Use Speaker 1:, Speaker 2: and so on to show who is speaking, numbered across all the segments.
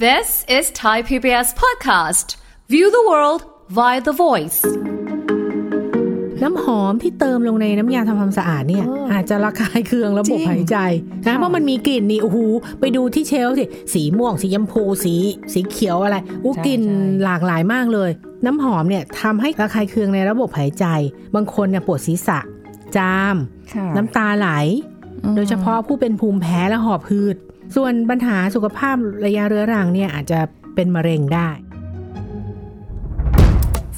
Speaker 1: This is Thai PBS podcast. View the world via the voice.
Speaker 2: น้ำหอมที่เติมลงในน้ำยาทำความสะอาดเนี่ย อาจจะระคายเคืองระบบหายใจนะเพราะมันมีกลิ่นนี่โอ้โหไปดูที่เชลฟ์สิสีม่วง สียมพูสี สีเขียวอะไรอู้
Speaker 3: ใช่
Speaker 2: กลิ่น
Speaker 3: ใช่
Speaker 2: หลากหลายมากเลย น้ำหอมเนี่ยทำให้ระคายเคืองในระบบหายใจ บางคนเนี่ยปวดศีรษะ จาม
Speaker 3: ค่ะ
Speaker 2: น้ำตาไหล
Speaker 3: อืม
Speaker 2: โดยเฉพาะผู้เป็นภูมิแพ้และหอบหืด ส่วนปัญหาสุขภาพระยะเรื้อรังเนี่ยอาจจะเป็นมะเร็งได้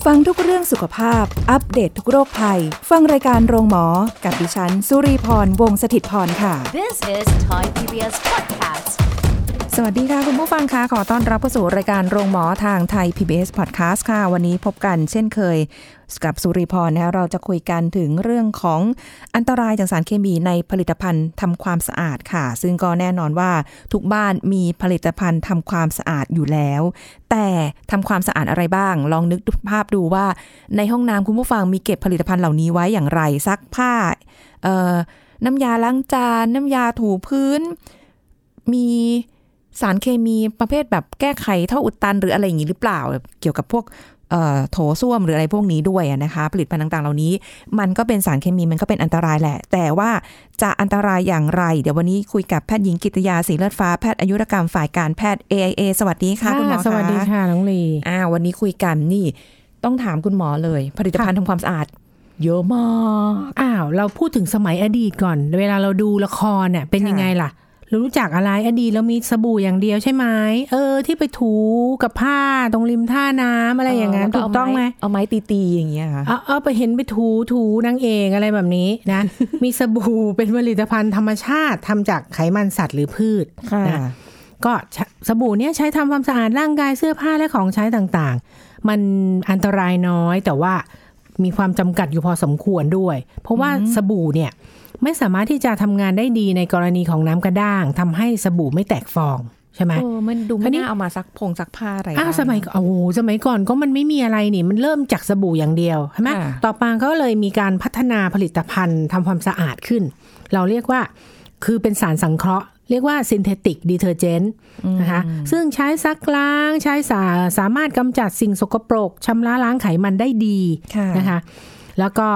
Speaker 4: ฟังทุกเรื่องสุขภาพ อัปเดตทุกโรคภัย ฟังรายการโรงหมอ กับดิฉัน สุรีพร วงศสถิตพรค่ะ
Speaker 1: This is Thai PBS podcast.
Speaker 4: สวัสดีค่ะ คุณผู้ฟังคะขอต้อนรับเข้าสู่รายการโรงหมอทางไทย PBS Podcast ค่ะ วันนี้พบกันเช่นเคย กับสุริพรนะคะเราจะคุยกันถึงเรื่องของอันตรายจากสารเคมีในผลิตภัณฑ์ทำความสะอาดค่ะ ซึ่งก็แน่นอนว่าทุกบ้านมีผลิตภัณฑ์ทำความสะอาดอยู่แล้ว แต่ทำความสะอาดอะไรบ้าง ลองนึกภาพดูว่า ในห้องน้ำคุณผู้ฟังมีเก็บผลิตภัณฑ์เหล่านี้ไว้อย่างไรซักผ้าเอ่อน้ำยาล้างจานน้ำยาถูพื้น มีสารเคมีประเภทแบบแก้ไขเท่าอุดตันหรืออะไรอย่างนี้หรือเปล่า เกี่ยวกับพวกเอ่อโถส้วมหรืออะไรพวกนี้ด้วยอะนะคะ ผลิตภัณฑ์ต่างๆ เหล่านี้ มันก็เป็นสารเคมีมันก็เป็นอันตรายแหละ แต่ว่าจะอันตรายอย่างไร เดี๋ยววันนี้คุยกับแพทย์หญิงกิตยาศรีเลือดฟ้าแพทย์อายุรกรรมฝ่ายการแพทย์ AIA สวัสดีค่ะคุณหมอคะ
Speaker 2: สวัสดีค่ะน้องลี
Speaker 4: อ่าวันนี้คุยกันนี่ ต้องถามคุณหมอเลย ผลิตภัณฑ์ทำความสะอาด เยอะมาก
Speaker 2: อ้าวเราพูดถึงสมัยอดีตก่อน เวลาเราดูละครเนี่ยเป็น
Speaker 4: ค่ะ
Speaker 2: ยังไงล่ะเรารู้จักอะไรอดีตเรามีสบู่อย่างเดียวใช่ไหมเออ ที่ไปถูกับผ้าตรงริมท่าน้ำอะไรอย่างนั้น
Speaker 4: เแล้ว
Speaker 2: ถูกต้องไหม
Speaker 4: เอาไม้ตีตีๆอย่างเงี้ยค่ะ
Speaker 2: เอาเอาไปเห็นไปถูถูนางเอกอะไรแบบนี้นะ มีสบู่เป็นผลิตภัณฑ์ธรรมชาติทำจากไขมันสัตว์หรือพืช
Speaker 4: ค่ะ
Speaker 2: นะ ก็ใช้สบู่เนี่ยใช้ทำความสะอาดร่างกายเสื้อผ้าและของใช้ต่างๆ มันอันตรายน้อยแต่ว่ามีความจำกัดอยู่พอสมควรด้วย เพราะว่าสบู่เนี่ยไม่สามารถที่จะทำงานได้ดีในกรณีของน้ำกระด้างทำให้สบู่ไม่แตกฟองใช่ไหม
Speaker 4: โอ้มันดู
Speaker 2: ครา
Speaker 4: ไม่
Speaker 2: วนี้
Speaker 4: น่าเอามาซักพงซักผ้าอะไร
Speaker 2: อ้าว
Speaker 4: ได้
Speaker 2: สมัยก่อนโอ้โหสมัยก่อนก็มันไม่มีอะไรนี่มันเริ่มจากสบู่อย่างเดียวใช่ไหม
Speaker 4: ค่ะ
Speaker 2: ต่อมาก็เลยมีการพัฒนาผลิตภัณฑ์ทำความสะอาดขึ้น เราเรียกว่าคือเป็นสารสังเคราะห์ เรียกว่าซินเทติกดีเทอร์เจนต์นะคะซึ่งใช้ซักล้างใช้สาสามารถกำจัดสิ่งสกปรกชำระล้างไขมันได้ดี
Speaker 4: ค่ะ
Speaker 2: นะคะแล้วก็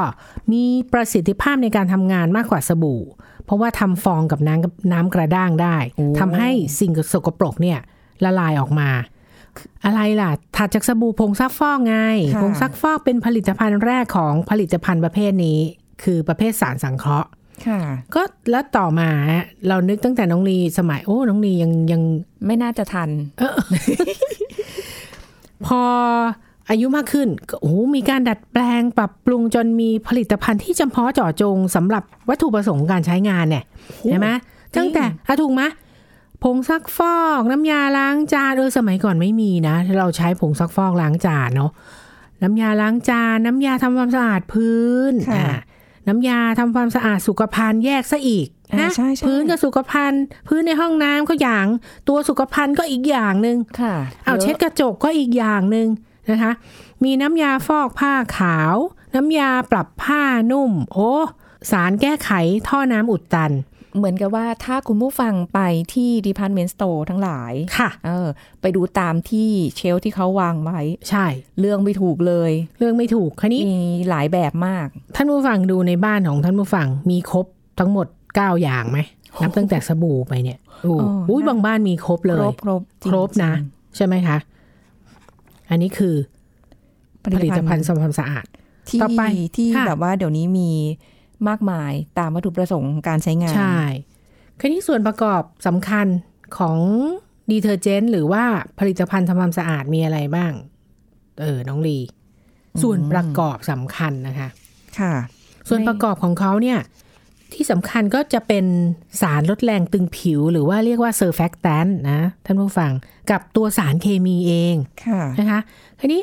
Speaker 2: มีประสิทธิภาพในการทำงานมากกว่าสบู่ เพราะว่าทำฟองกับน้ำน้ำกระด้างได้ทำให้สิ่งสกปรกเนี่ยละลายออกมา อะไรล่ะถัดจากสบู่ผงซักฟอกไง
Speaker 4: ค่ะ
Speaker 2: ผงซักฟอกเป็นผลิตภัณฑ์แรกของผลิตภัณฑ์ประเภทนี้ คือประเภทสารสังเคราะห์
Speaker 4: ค่ะ
Speaker 2: ก็แล้วต่อมาเรานึกตั้งแต่น้องลีสมัยโอ้น้องลียังยัง
Speaker 4: ไม่น่าจะทัน
Speaker 2: พออายุมากขึ้นก็โอ้โหมีการดัดแปลงปรับปรุงจนมีผลิตภัณฑ์ที่เฉพาะเจาะจงสำหรับวัตถุประสงค์การใช้งานเนี่ยใช่ไหม
Speaker 4: จริง
Speaker 2: ตั้งแต่อะถูกไหมผงซักฟอกน้ำยาล้างจานเออสมัยก่อนไม่มีนะ เราใช้ผงซักฟอกล้างจานเนาะน้ำยาล้างจานน้ำยาทำความสะอาดพื้น
Speaker 4: ค่ะ
Speaker 2: อ่ะน้ำยาทำความสะอาดสุขภัณฑ์แยกซะอีก
Speaker 4: อ่า
Speaker 2: นะ
Speaker 4: ใช่ใช่
Speaker 2: พื้นกับสุขภัณฑ์พื้นในห้องน้ำก็อย่างตัวสุขภัณฑ์ก็อีกอย่างหนึ่ง
Speaker 4: ค่ะ
Speaker 2: เอาเช็ดกระจกก็อีกอย่างหนึ่งนะคะ มีน้ำยาฟอกผ้าขาว น้ำยาปรับผ้านุ่ม โอ้ สารแก้ไขท่อน้ำอุดตัน
Speaker 4: เหมือนกับว่าถ้าคุณผู้ฟังไปที่ department store ทั้งหลาย
Speaker 2: ค่ะ
Speaker 4: เออ ไปดูตามที่เชลฟ์ที่เขาวางไว้
Speaker 2: ใช่
Speaker 4: เรื่องไม่ถูกเลย
Speaker 2: เรื่องไม่ถูกคันนี้
Speaker 4: มีหลายแบบมาก
Speaker 2: ท่านผู้ฟังดูในบ้านของท่านผู้ฟังมีครบทั้งหมด 9 อย่างไหมนับตั้งแต่สบู่ไปเนี่ยโอ้
Speaker 4: โอ้
Speaker 2: อุ๊ย
Speaker 4: น่า
Speaker 2: บางบ้านมีครบเล
Speaker 4: คร
Speaker 2: ย
Speaker 4: บครบจง
Speaker 2: ครบนะ ใช่ไหมคะ อันนี้คือ
Speaker 4: ผ
Speaker 2: ผ
Speaker 4: ลิ
Speaker 2: ลิ
Speaker 4: ต
Speaker 2: ต
Speaker 4: ภั
Speaker 2: ภั
Speaker 4: ณ
Speaker 2: ณ
Speaker 4: ฑ์
Speaker 2: ฑ์สำหรับความสะอาด
Speaker 4: ที่
Speaker 2: ต่อไป
Speaker 4: ที่
Speaker 2: ค่ะ
Speaker 4: แบบว่าเดี๋ยวนี้มีมากมายตามวัตถุประสงค์การใช้งาน
Speaker 2: ใช่คันนี้ส่วนประกอบสำคัญของดีเทอร์เจนต์หรือว่าผลิตภัณฑ์ทำความสะอาดมีอะไรบ้าง เออ น้องลี ส่วนประกอบสำคัญนะคะ
Speaker 4: ค่ะ
Speaker 2: ส่วนประกอบของเขาเนี่ย ที่สำคัญก็จะเป็นสารลดแรงตึงผิว หรือว่าเรียกว่าเซอร์แฟกแตนนะ ท่านผู้ฟัง กับตัวสารเคมีเอง
Speaker 4: ค่ะ
Speaker 2: นะคะทีนี้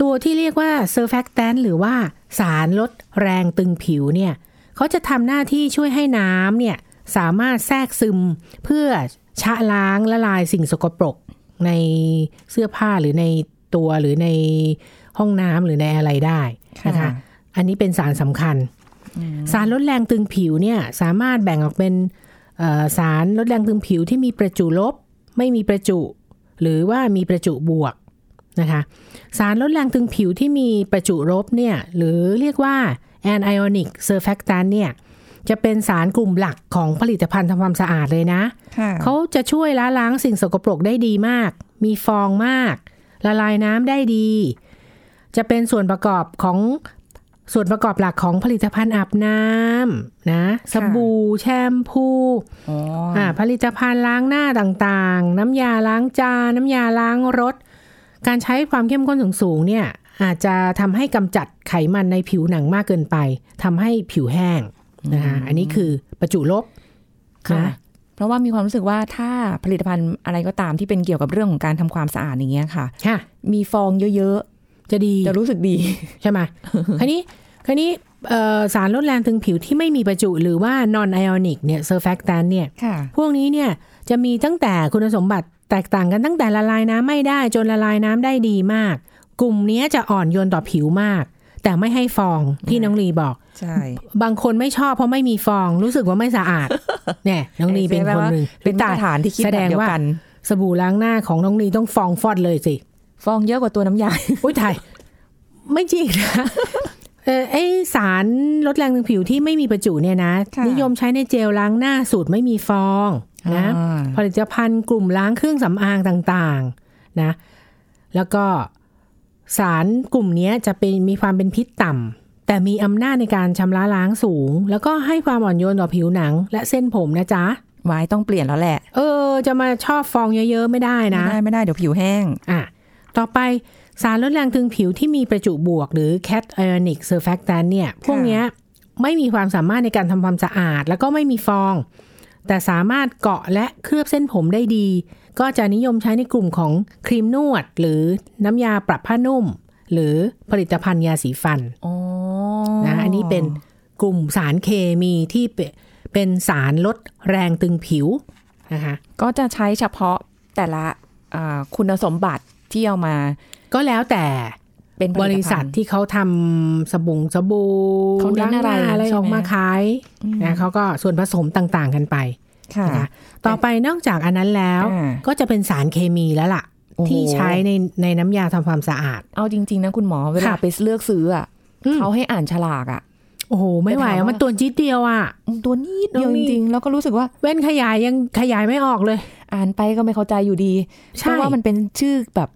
Speaker 2: ตัวที่เรียกว่า surfactant หรือว่าสารลดแรงตึงผิวเนี่ยเขาจะทำหน้าที่ช่วยให้น้ำเนี่ยสามารถแทรกซึมเพื่อชะล้างละลายสิ่งสกปรกในเสื้อผ้าหรือในตัวหรือในห้องน้ำหรือในอะไรได้นะคะ
Speaker 4: ค่ะ
Speaker 2: อันนี้เป็นสารสำคัญ สารลดแรงตึงผิวเนี่ยสามารถแบ่งออกเป็นเอ่อสารลดแรงตึงผิวที่มีประจุลบ ไม่มีประจุ หรือว่ามีประจุบวกนะคะสารลดแรงตึงผิวที่มีประจุลบเนี่ยหรือเรียกว่า anionic surfactant เนี่ยจะเป็นสารกลุ่มหลักของผลิตภัณฑ์ทำความสะอาดเลยนะ
Speaker 4: ค่ะ
Speaker 2: เขาจะช่วยล้าล้างสิ่งสกปรกได้ดีมาก มีฟองมาก ละลายน้ำได้ดี จะเป็นส่วนประกอบของส่วนประกอบหลักของผลิตภัณฑ์อาบน้ำนะ สบู่แชมพู
Speaker 4: อ๋อ
Speaker 2: อ่าผลิตภัณฑ์ล้างหน้าต่างๆ น้ำยาล้างจานน้ำยาล้างรถ การใช้ความเข้มข้นสูงๆเนี่ยอาจจะทำให้กำจัดไขมันในผิวหนังมากเกินไปทำให้ผิวแห้งนะคะอันนี้คือประจุลบ
Speaker 4: ค่ะ
Speaker 2: นะ
Speaker 4: เพราะว่ามีความรู้สึกว่าถ้าผลิตภัณฑ์อะไรก็ตามที่เป็นเกี่ยวกับเรื่องของการทำความสะอาดอย่างเงี้ยค่ะ
Speaker 2: ค่ะ
Speaker 4: มีฟองเยอะ
Speaker 2: จะดี
Speaker 4: ๆ จะรู้สึกดี
Speaker 2: ใช่ไหม คันนี้คันนี้เอ่อสารลดแรงตึงผิวที่ไม่มีประจุหรือว่า non ionic เนี่ย surfactant เนี่ย
Speaker 4: ค่ะ
Speaker 2: พวกนี้เนี่ยจะมีตั้งแต่คุณสมบัติแตกต่างกันตั้งแต่ละลายน้ำไม่ได้จนละลายน้ำได้ดีมาก กลุ่มเนี้ยจะอ่อนโยนต่อผิวมาก แต่ไม่ให้ฟองที่น้องลีบอก
Speaker 4: ใช่
Speaker 2: บางคนไม่ชอบเพราะไม่มีฟองรู้สึกว่าไม่สะ อาด เนี่ยน้องลีเป็นคนหนึ่ง
Speaker 4: เป็นมาตรฐานที่คิด
Speaker 2: แส
Speaker 4: แบ
Speaker 2: ด
Speaker 4: บ
Speaker 2: ง
Speaker 4: เดียว
Speaker 2: ว่า
Speaker 4: กัน
Speaker 2: สบู่ล้างหน้าของน้องลีต้องฟองฟอดเลยสิ
Speaker 4: ฟองเยอะกว่าตัวน้ำยา
Speaker 2: อุ้ยถ่ายไม่จริงนะ เออไอสารลดแรงตึงผิวที่ไม่มีประจุเนี่ยนะ
Speaker 4: ค่ะ
Speaker 2: นิยมใช้ในเจลล้างหน้าสูตรไม่มีฟองนะ
Speaker 4: อ่า
Speaker 2: ผลิตภัณฑ์กลุ่มล้างเครื่องสำอางต่างๆนะ แล้วก็สารกลุ่มเนี้ยจะเป็นมีความเป็นพิษต่ำแต่มีอำนาจในการชำระล้างสูง แล้วก็ให้ความอ่อนโยนต่อผิวหนัง และเส้นผมนะจ๊ะ
Speaker 4: ไว้ต้องเปลี่ยนแล้วแหละ
Speaker 2: เออ จะมาชอบฟองเยอะๆไม่ได้นะ
Speaker 4: ไม่ได้ไม่ได้เดี๋ยวผิวแห้ง
Speaker 2: อ่ะ ต่อไปสารลดแรงตึงผิวที่มีประจุบวกหรือ cat ionic surfactant เนี่ย พวกเนี้ยไม่มีความสามารถในการทำความสะอาด แล้วก็ไม่มีฟอง แต่สามารถเกาะและเคลือบเส้นผมได้ดี ก็จะนิยมใช้ในกลุ่มของครีมนวด หรือน้ำยาปรับผ้านุ่ม หรือผลิตภัณฑ์ยาสีฟัน
Speaker 4: อ๋อ
Speaker 2: นะอันนี้เป็นกลุ่มสารเคมีที่เป็นเป็นสารลดแรงตึงผิวนะคะ
Speaker 4: ก็จะใช้เฉพาะแต่ละอ่าคุณสมบัติที่เอามา
Speaker 2: ก็แล้วแต่
Speaker 4: เป็นผลิ
Speaker 2: บ
Speaker 4: ตภัณฑ์
Speaker 2: ริษัทที่เขาทำสบุงสบู่
Speaker 4: เขาเน้
Speaker 2: ล้าง
Speaker 4: น
Speaker 2: หน้า
Speaker 4: อะไร
Speaker 2: อะไร
Speaker 4: ใช่ไหม
Speaker 2: ออกมาขาย
Speaker 4: อืม
Speaker 2: นะเขาก็ส่วนผสมต่างๆกันไป
Speaker 4: ค่ะ
Speaker 2: นะคะต่อไปนอกจากอันนั้นแล้ว
Speaker 4: อ่า
Speaker 2: ก็จะเป็นสารเคมีแล้วล่ะ
Speaker 4: โอ้โห
Speaker 2: ที่ใช้ในในน้ำยาทำความสะอาด
Speaker 4: เอาจริง ๆ นะคุณหมอเวลา
Speaker 2: ค่ะ
Speaker 4: ไปเลือกซื้ออ่ะ
Speaker 2: อืม
Speaker 4: เขาให้อ่านฉลากอ่ะ
Speaker 2: โอ้โห ไม่ไหว
Speaker 4: จะถาม
Speaker 2: อะ
Speaker 4: ว่ามั
Speaker 2: มันตัวจิ๊ดเดียวอ่ะ
Speaker 4: ตัวนิดเดียว
Speaker 2: น้อง
Speaker 4: จ
Speaker 2: นี่
Speaker 4: ริงๆ แล้วก็รู้สึกว่า
Speaker 2: แว่นขยายยังขยายไม่ออกเลย
Speaker 4: อ่านไปก็ไม่เข้าใจอยู่ดี
Speaker 2: ใช่
Speaker 4: เพราะว่ามันเป็นชื่อแบบ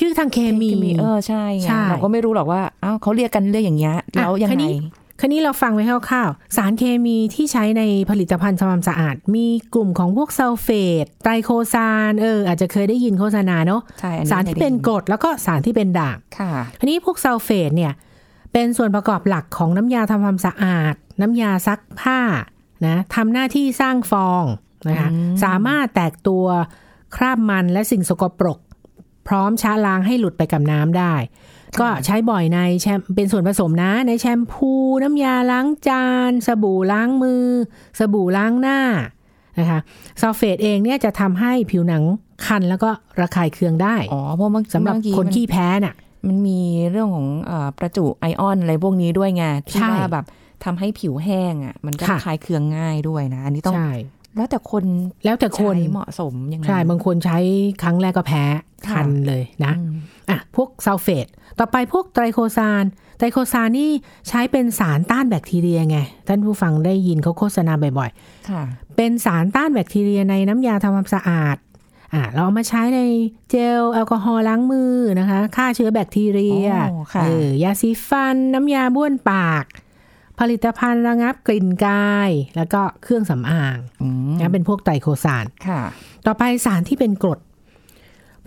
Speaker 2: ชื่อทางเคมี
Speaker 4: เออใช่ไง
Speaker 2: ใช่
Speaker 4: เราก็ไม่รู้หรอกว่าเอ้าเขาเรียกกันเรียกอย่างเงี้ยแล้วยัง
Speaker 2: คัน
Speaker 4: ไง
Speaker 2: นี้ คันนี้เราฟังไว้คร่าวๆ สารเคมีที่ใช้ในผลิตภัณฑ์ทำความสะอาด มีกลุ่มของพวกซัลเฟตไตรโคซานเอออาจจะเคยได้ยินโฆษณาเนอะ
Speaker 4: ใช่อันนี้
Speaker 2: สารที่เป็นกรดแล้วก็สารที่เป็นด่าง
Speaker 4: ค่ะ
Speaker 2: อันนี้พวกซัลเฟตเนี่ยเป็นส่วนประกอบหลักของน้ำยาทำความสะอาด น้ำยาซักผ้านะทำหน้าที่สร้างฟองนะคะ
Speaker 4: อืม
Speaker 2: สามารถแตกตัวคราบมันและสิ่งสกปรก พร้อมชะล้างให้หลุดไปกับน้ำได้ ก็ใช้บ่อยในแชมเป็นส่วนผสมนะ ในแชมพูน้ำยาล้างจาน สบู่ล้างมือ สบู่ล้างหน้านะคะซัลเฟตเองเนี่ยจะทำให้ผิวหนังคันแล้วก็ระคายเคืองได้
Speaker 4: อ๋อเพราะเมื่อ
Speaker 2: สำหรับ
Speaker 4: เมื่อกี้
Speaker 2: คน
Speaker 4: มั
Speaker 2: ขี้แพ้น่ะ
Speaker 4: มันมีเรื่องของเออประจุไอออนอะไรพวกนี้ด้วยไงที่
Speaker 2: ใช่
Speaker 4: ว่าแบบทำให้ผิวแห้งอ่ะ มันก็
Speaker 2: ค่ะ
Speaker 4: คลายเคืองง่ายด้วยนะ อันนี้ต้อง
Speaker 2: ใช่
Speaker 4: แล้วแต่คน
Speaker 2: แล้วแต่คน
Speaker 4: ใช้เหมาะสมยังไง
Speaker 2: ใช่บางคนใช้ครั้งแรกก็แพ้
Speaker 4: ค่ะ
Speaker 2: คันเลยนะ
Speaker 4: อืม
Speaker 2: อ่ะพวกซัลเฟตต่อไปพวกไตรโคซานไตรโคซานนี่ใช้เป็นสารต้านแบคทีเรียไง ท่านผู้ฟังได้ยินเขาโฆษณาบ่อย
Speaker 4: ค่ะ
Speaker 2: ๆ เป็นสารต้านแบคทีเรียในน้ำยาทำความสะอาดอ่ะเราเอามาใช้ในเจลแอลกอฮอล์ล้างมือนะคะฆ่าเชื้อแบคทีเรีย
Speaker 4: โอ้ค่ะ
Speaker 2: เออยาสีฟัน น้ำยาบ้วนปาก ผลิตภัณฑ์ระงับกลิ่นกาย แล้วก็เครื่องสำอาง
Speaker 4: อืม
Speaker 2: นะเป็นพวกไตรโคซาน
Speaker 4: ค่ะ
Speaker 2: ต่อไปสารที่เป็นกรด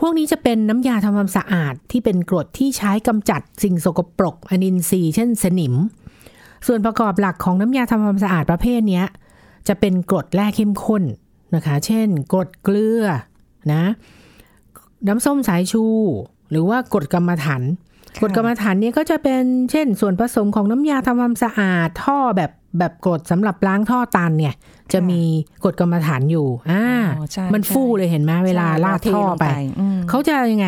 Speaker 2: พวกนี้จะเป็นน้ำยาทำความสะอาดที่เป็นกรดที่ใช้กำจัดสิ่งสกปรกอนินทรีย์เช่นสนิม ส่วนประกอบหลักของน้ำยาทำความสะอาดประเภทเนี้ยจะเป็นกรดแร่เข้มข้นนะคะ เช่น กรดเกลือนะน้ำส้มสายชู หรือว่ากรดกรรมฐาน
Speaker 4: ค่ะ
Speaker 2: กรดกรรมฐานเนี่ยก็จะเป็นเช่น ส่วนผสมของน้ำยาทำความสะอาดท่อแบบแบบกรดสำหรับล้างท่อตันเนี่ย จะมีกรดกรรมฐานอยู่อ่า
Speaker 4: อ๋อใช่
Speaker 2: มัน
Speaker 4: ใช่
Speaker 2: ฟู่เลยเห็นไหมเวลา
Speaker 4: ใช่
Speaker 2: ลาดท่อ
Speaker 4: เวลเทลง
Speaker 2: ไป
Speaker 4: อืม
Speaker 2: เขาจะยังไง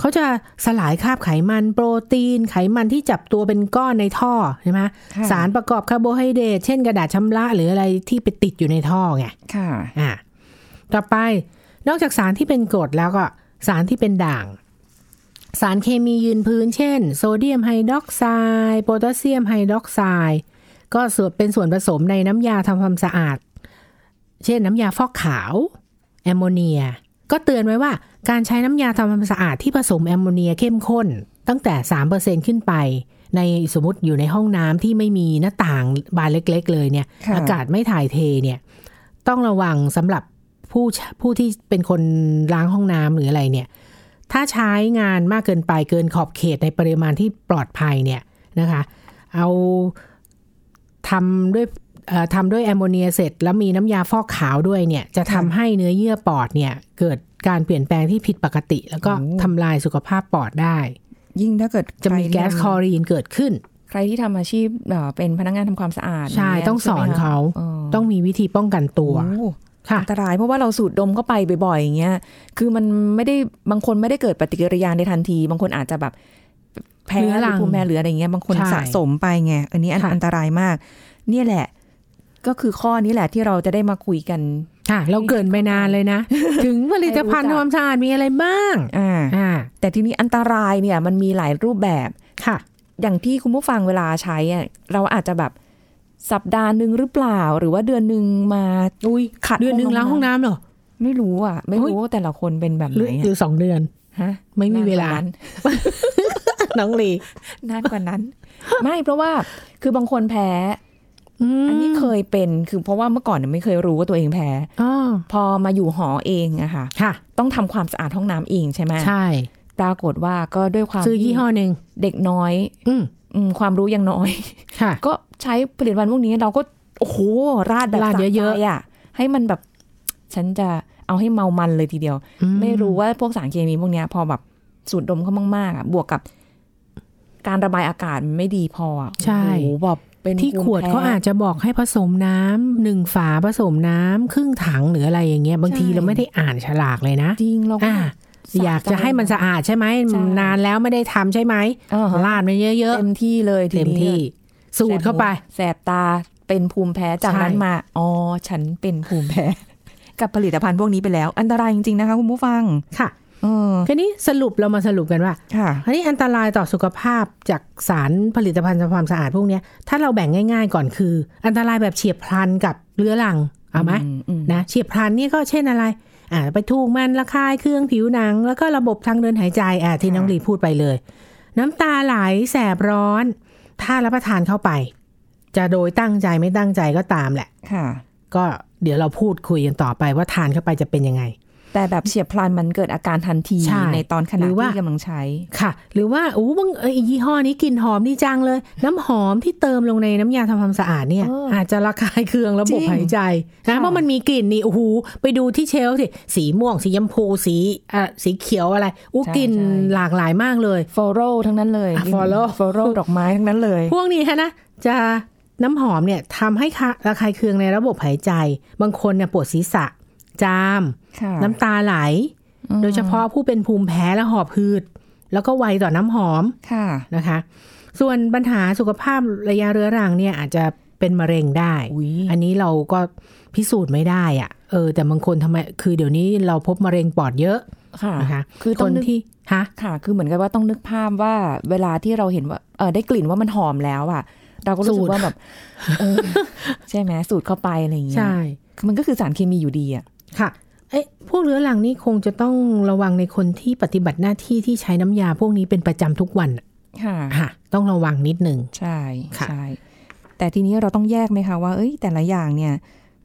Speaker 2: เขาจะสลายคราบไขมันโปรตีน ไขมันที่จับตัวเป็นก้อนในท่อใช่ไหม
Speaker 4: ค่ะ
Speaker 2: สารประกอบคาร์โบไฮเดรตเช่นกระดาษชำระหรืออะไรที่ไปติดอยู่ในท่อไง
Speaker 4: ค่ะ
Speaker 2: อ่ะต่อไปนอกจากสารที่เป็นกรดแล้วก็ สารที่เป็นด่าง สารเคมียืนพื้น เช่น โซเดียมไฮดรอกไซด์โพแทสเซียมไฮดรอกไซด์ก็ส่วนเป็นส่วนผสมในน้ำยาทำความสะอาด เช่นน้ำยาฟอกขาว แอมโมเนีย ก็เตือนไว้ว่าการใช้น้ำยาทำความสะอาดที่ผสมแอมโมเนียเข้มข้น ตั้งแต่ 3%ขึ้นไป ในสมมติอยู่ในห้องน้ำที่ไม่มีหน้าต่างบานเล็กๆ เลยเนี่ย
Speaker 4: ค่ะ
Speaker 2: อากาศไม่ถ่ายเทเนี่ย ต้องระวังสำหรับผู้ชผู้ที่เป็นคนล้างห้องน้ำหรืออะไรเนี่ย ถ้าใช้งานมากเกินไปเกินขอบเขตในปริมาณที่ปลอดภัยเนี่ยนะคะ เอาทำด้วยเอ่อทำด้วยแอมโมเนียเสร็จ แล้วมีน้ำยาฟอกขาวด้วยเนี่ย จะ
Speaker 4: ค่ะ
Speaker 2: ทำให้เนื้อเยื่อปอดเนี่ย เกิดการเปลี่ยนแปลงที่ผิดปกติ แล้วก็
Speaker 4: โอ้
Speaker 2: ทำลายสุขภาพปอดได้
Speaker 4: ยิ่งถ้าเกิด
Speaker 2: จะมี
Speaker 4: ใคร
Speaker 2: แก๊สคลอรีนเกิดขึ้น
Speaker 4: ใครที่ทำอาชีพเอ่อเป็นพนักงานทำความสะอาด
Speaker 2: ใช่
Speaker 4: ย่ย
Speaker 2: ต้องสอน
Speaker 4: ใช่ไหมคะ
Speaker 2: เขา
Speaker 4: เ
Speaker 2: ต้องมีวิธีป้องกันตัว
Speaker 4: โอ้
Speaker 2: ค่ะ
Speaker 4: อันตรายเพราะว่าเราสูดดมเข้าไปบ่อยๆอย่างเงี้ยคือมันไม่ได้บางคนไม่ได้เกิดปฏิกิริยาในทันที บางคนอาจจะแบบแพ้
Speaker 2: เรื้อ
Speaker 4: ห
Speaker 2: รั
Speaker 4: รือง ภูมิแพ้หรืออะไรเงี้ยบางคน
Speaker 2: ใช่
Speaker 4: สะสมไปไงอันนี้อัน
Speaker 2: ค่ะ
Speaker 4: อันตรายมาก เนี่ยแหละ ก็คือข้อนี้แหละที่เราจะได้มาคุยกัน
Speaker 2: ค่ะ เราเกรินไปนานเลย นะ ถึงผลิตภัณฑ์
Speaker 4: ให้
Speaker 2: ทำค
Speaker 4: รู้จัก
Speaker 2: วามสะอาดมีอะไรบ้าง
Speaker 4: อ่า
Speaker 2: อ่า
Speaker 4: แต่ทีนี้อันตรายเนี่ยมันมีหลายรูปแบบ
Speaker 2: ค่ะ
Speaker 4: อย่างที่คุณผู้ฟังเวลาใช้อะเราอาจจะแบบสัปดาห์หนึ่งหรือเปล่า หรือว่าเดือนหนึ่งมา
Speaker 2: อุ้ย
Speaker 4: ขัด
Speaker 2: เดือนหนึ่งล้างห้องน้ำเหรอ
Speaker 4: ไม่รู้อ่ะ ไม่รู้ว่าแต่ละคนเป็นแบบ
Speaker 2: ห
Speaker 4: ไห
Speaker 2: รื
Speaker 4: น
Speaker 2: อห
Speaker 4: อะ
Speaker 2: รือสองเดือน
Speaker 4: ฮะ
Speaker 2: ไม่มีเวลา น้องลี
Speaker 4: นานกว่า นั้น ไม่เพราะว่าคือบางคนแพ้
Speaker 2: อั
Speaker 4: อัน
Speaker 2: น
Speaker 4: นี้
Speaker 2: นี้
Speaker 4: เคยเป็นคือเพราะว่าเมื่อก่อนเนี่ยไม่เคยรู้ว่าตัวเองแพ้
Speaker 2: อ๋อ
Speaker 4: พอมาอยู่หอเองอะค่ะ
Speaker 2: ค่ะ
Speaker 4: ต้องทำความสะอาดห้องน้ำเองใช่ไหม
Speaker 2: ใช่
Speaker 4: ปรากฏว่าก็ด้วยความ
Speaker 2: ซื้อยี่ห้อหนึ่ง
Speaker 4: เด็กน้อย
Speaker 2: อืม
Speaker 4: อืมความรู้ยังน้อย
Speaker 2: ค่ะ
Speaker 4: ก็ใช้ผลิตภัณฑ์พวกนี้เราก็โอ้โหราดแบบ
Speaker 2: ราด
Speaker 4: ส
Speaker 2: เยอะๆ
Speaker 4: ใจอ่ะให้มันแบบ ฉันจะเอาให้เมามันเลยทีเดียว
Speaker 2: อื
Speaker 4: ไม่รู้ว่าพวกสารเคมีพวกเนี้ย พอแบบสูดดมเข้ามากๆอ่ะบวกกับ การระบายอากาศมันไม่ดีพออ่ะ
Speaker 2: ใช่
Speaker 4: โอ้โหแบบเป็น
Speaker 2: ที่ขวด
Speaker 4: ภูมิแพ้
Speaker 2: เขาอาจจะบอกให้ผสมน้ำหนึ่งฝาผสมน้ำครึ่งถังหรืออะไรอย่างเงี้ย บางที
Speaker 4: ใช่
Speaker 2: เราไม่ได้อ่านฉลากเลยนะ
Speaker 4: จริงเราก็
Speaker 2: อ่าอยากจะให้มันสะอาดใช่ไหม
Speaker 4: ใช่
Speaker 2: นานแล้วไม่ได้ทำใช่ไหม
Speaker 4: อ่าฮะ
Speaker 2: ลาดมันเยอะ
Speaker 4: เต็มที่เลย
Speaker 2: ๆ
Speaker 4: ที
Speaker 2: เต็ม
Speaker 4: นี้
Speaker 2: ที่ สูดเข้าไป
Speaker 4: แสบตาเป็นภูมิแพ้จาก
Speaker 2: ใช่
Speaker 4: นั้นมาอ๋อฉันเป็นภูมิแพ้ กับผลิตภัณฑ์พวกนี้ไปแล้ว อันตรายจริงๆนะคะคุณผู้ฟัง
Speaker 2: ค่ะ
Speaker 4: เออ
Speaker 2: ทีนี้สรุปเรามาสรุปกันว่า
Speaker 4: ค่ะ
Speaker 2: อันนี้อันตรายต่อสุขภาพจากสารผลิตภัณฑ์ทำความสะอาดพวกเนี้ยถ้าเราแบ่งง่าย ๆ ก่อนคือ อันตรายแบบเฉียบพลันกับเรื้อรังเอาไหม
Speaker 4: อือืม
Speaker 2: นะเฉียบพลันเนี่ยก็เช่นอะไรอ่าไปถูกมันระคายเครื่องผิวหนัง แล้วก็ระบบทางเดินหายใจอ่าที่น้อง
Speaker 4: ค่ะ
Speaker 2: ลีพูดไปเลย น้ำตาไหลแสบร้อน ถ้ารับประทานเข้าไป จะโดยตั้งใจไม่ตั้งใจก็ตามแหละ
Speaker 4: ค่ะ
Speaker 2: ก็เดี๋ยวเราพูดคุยกันต่อไปว่าทานเข้าไปจะเป็นยังไง
Speaker 4: แต่แบบเฉียบพลันมันเกิดอาการทันที
Speaker 2: ใช่
Speaker 4: ในตอนขณะ
Speaker 2: หรือว่า
Speaker 4: ที่กำลังใช้
Speaker 2: ค่ะ หรือว่าอู้บางเอยยี่ห้อนี้กลิ่นหอมดีจังเลย น้ำหอมที่เติมลงในน้ำยาทำความสะอาดเนี่ย
Speaker 4: เอออ
Speaker 2: อาจจะระคายเคืองระบ
Speaker 4: จริ
Speaker 2: บ
Speaker 4: ง
Speaker 2: หายใจ
Speaker 4: ค่ะ
Speaker 2: นะเพราะมันมีกลิ่นนี่โอ้โหไปดูที่เชลฟ์สิสีม่วง สียมพูสีอ่ะสีเขียวอะไรอู้กลิ่นหลากหลายมากเลย
Speaker 4: ฟอโรทั้งนั้นเลย
Speaker 2: อ่ะ follow
Speaker 4: ฟอโรดอกไม้ทั้งนั้นเลย
Speaker 2: พวกนี้ฮะนะจะน้ำหอมเนี่ยทำให้คะระคายเคืองในระบบหายใจ บางคนเนี่ยปวดศีรษะ จาม
Speaker 4: ค่ะ
Speaker 2: น้ำตาไหล โดยเฉพาะผู้เป็นภูมิแพ้และหอบหืดแล้วก็ไวยต่อน้ำหอม
Speaker 4: ค่ะ
Speaker 2: นะคะ ส่วนปัญหาสุขภาพระยะเรื้อรังเนี่ยอาจจะเป็นมะเร็งได้
Speaker 4: อุ๊ย
Speaker 2: อันนี้เราก็พิสูจน์ไม่ได้อะเออ แต่บางคนทำไม คือเดี๋ยวนี้เราพบมะเร็งปอดเยอะ
Speaker 4: ค่ะ
Speaker 2: นะคะ
Speaker 4: คือ
Speaker 2: ค
Speaker 4: ต้อง
Speaker 2: น
Speaker 4: นึก
Speaker 2: ที่ฮะ
Speaker 4: ค่ะ คือเหมือนกับว่าต้องนึกภาพว่าเวลาที่เราเห็นว่าเออได้กลิ่นว่ามันหอมแล้วอ่ะ เราก็
Speaker 2: สู
Speaker 4: รู้สึ
Speaker 2: ด
Speaker 4: กว่าแบบเออ ใช่ไหมสูดเข้าไปอะไรอย่างเงี้ย
Speaker 2: ใช่
Speaker 4: คือมันก็คือสารเคมีอยู่ดีอ่ะ
Speaker 2: ค่ะเอ๊ะพวกเรื้อรังนี่คงจะต้องระวังในคนที่ปฏิบัติหน้าที่ที่ใช้น้ำยาพวกนี้เป็นประจำทุกวัน
Speaker 4: ค่ะ
Speaker 2: ค่ะ ต้องระวังนิดนึง
Speaker 4: ใช่
Speaker 2: ค่ะ
Speaker 4: ใช่ แต่ทีนี้เราต้องแยกไหมคะว่าเอ้ยแต่ละอย่างเนี่ย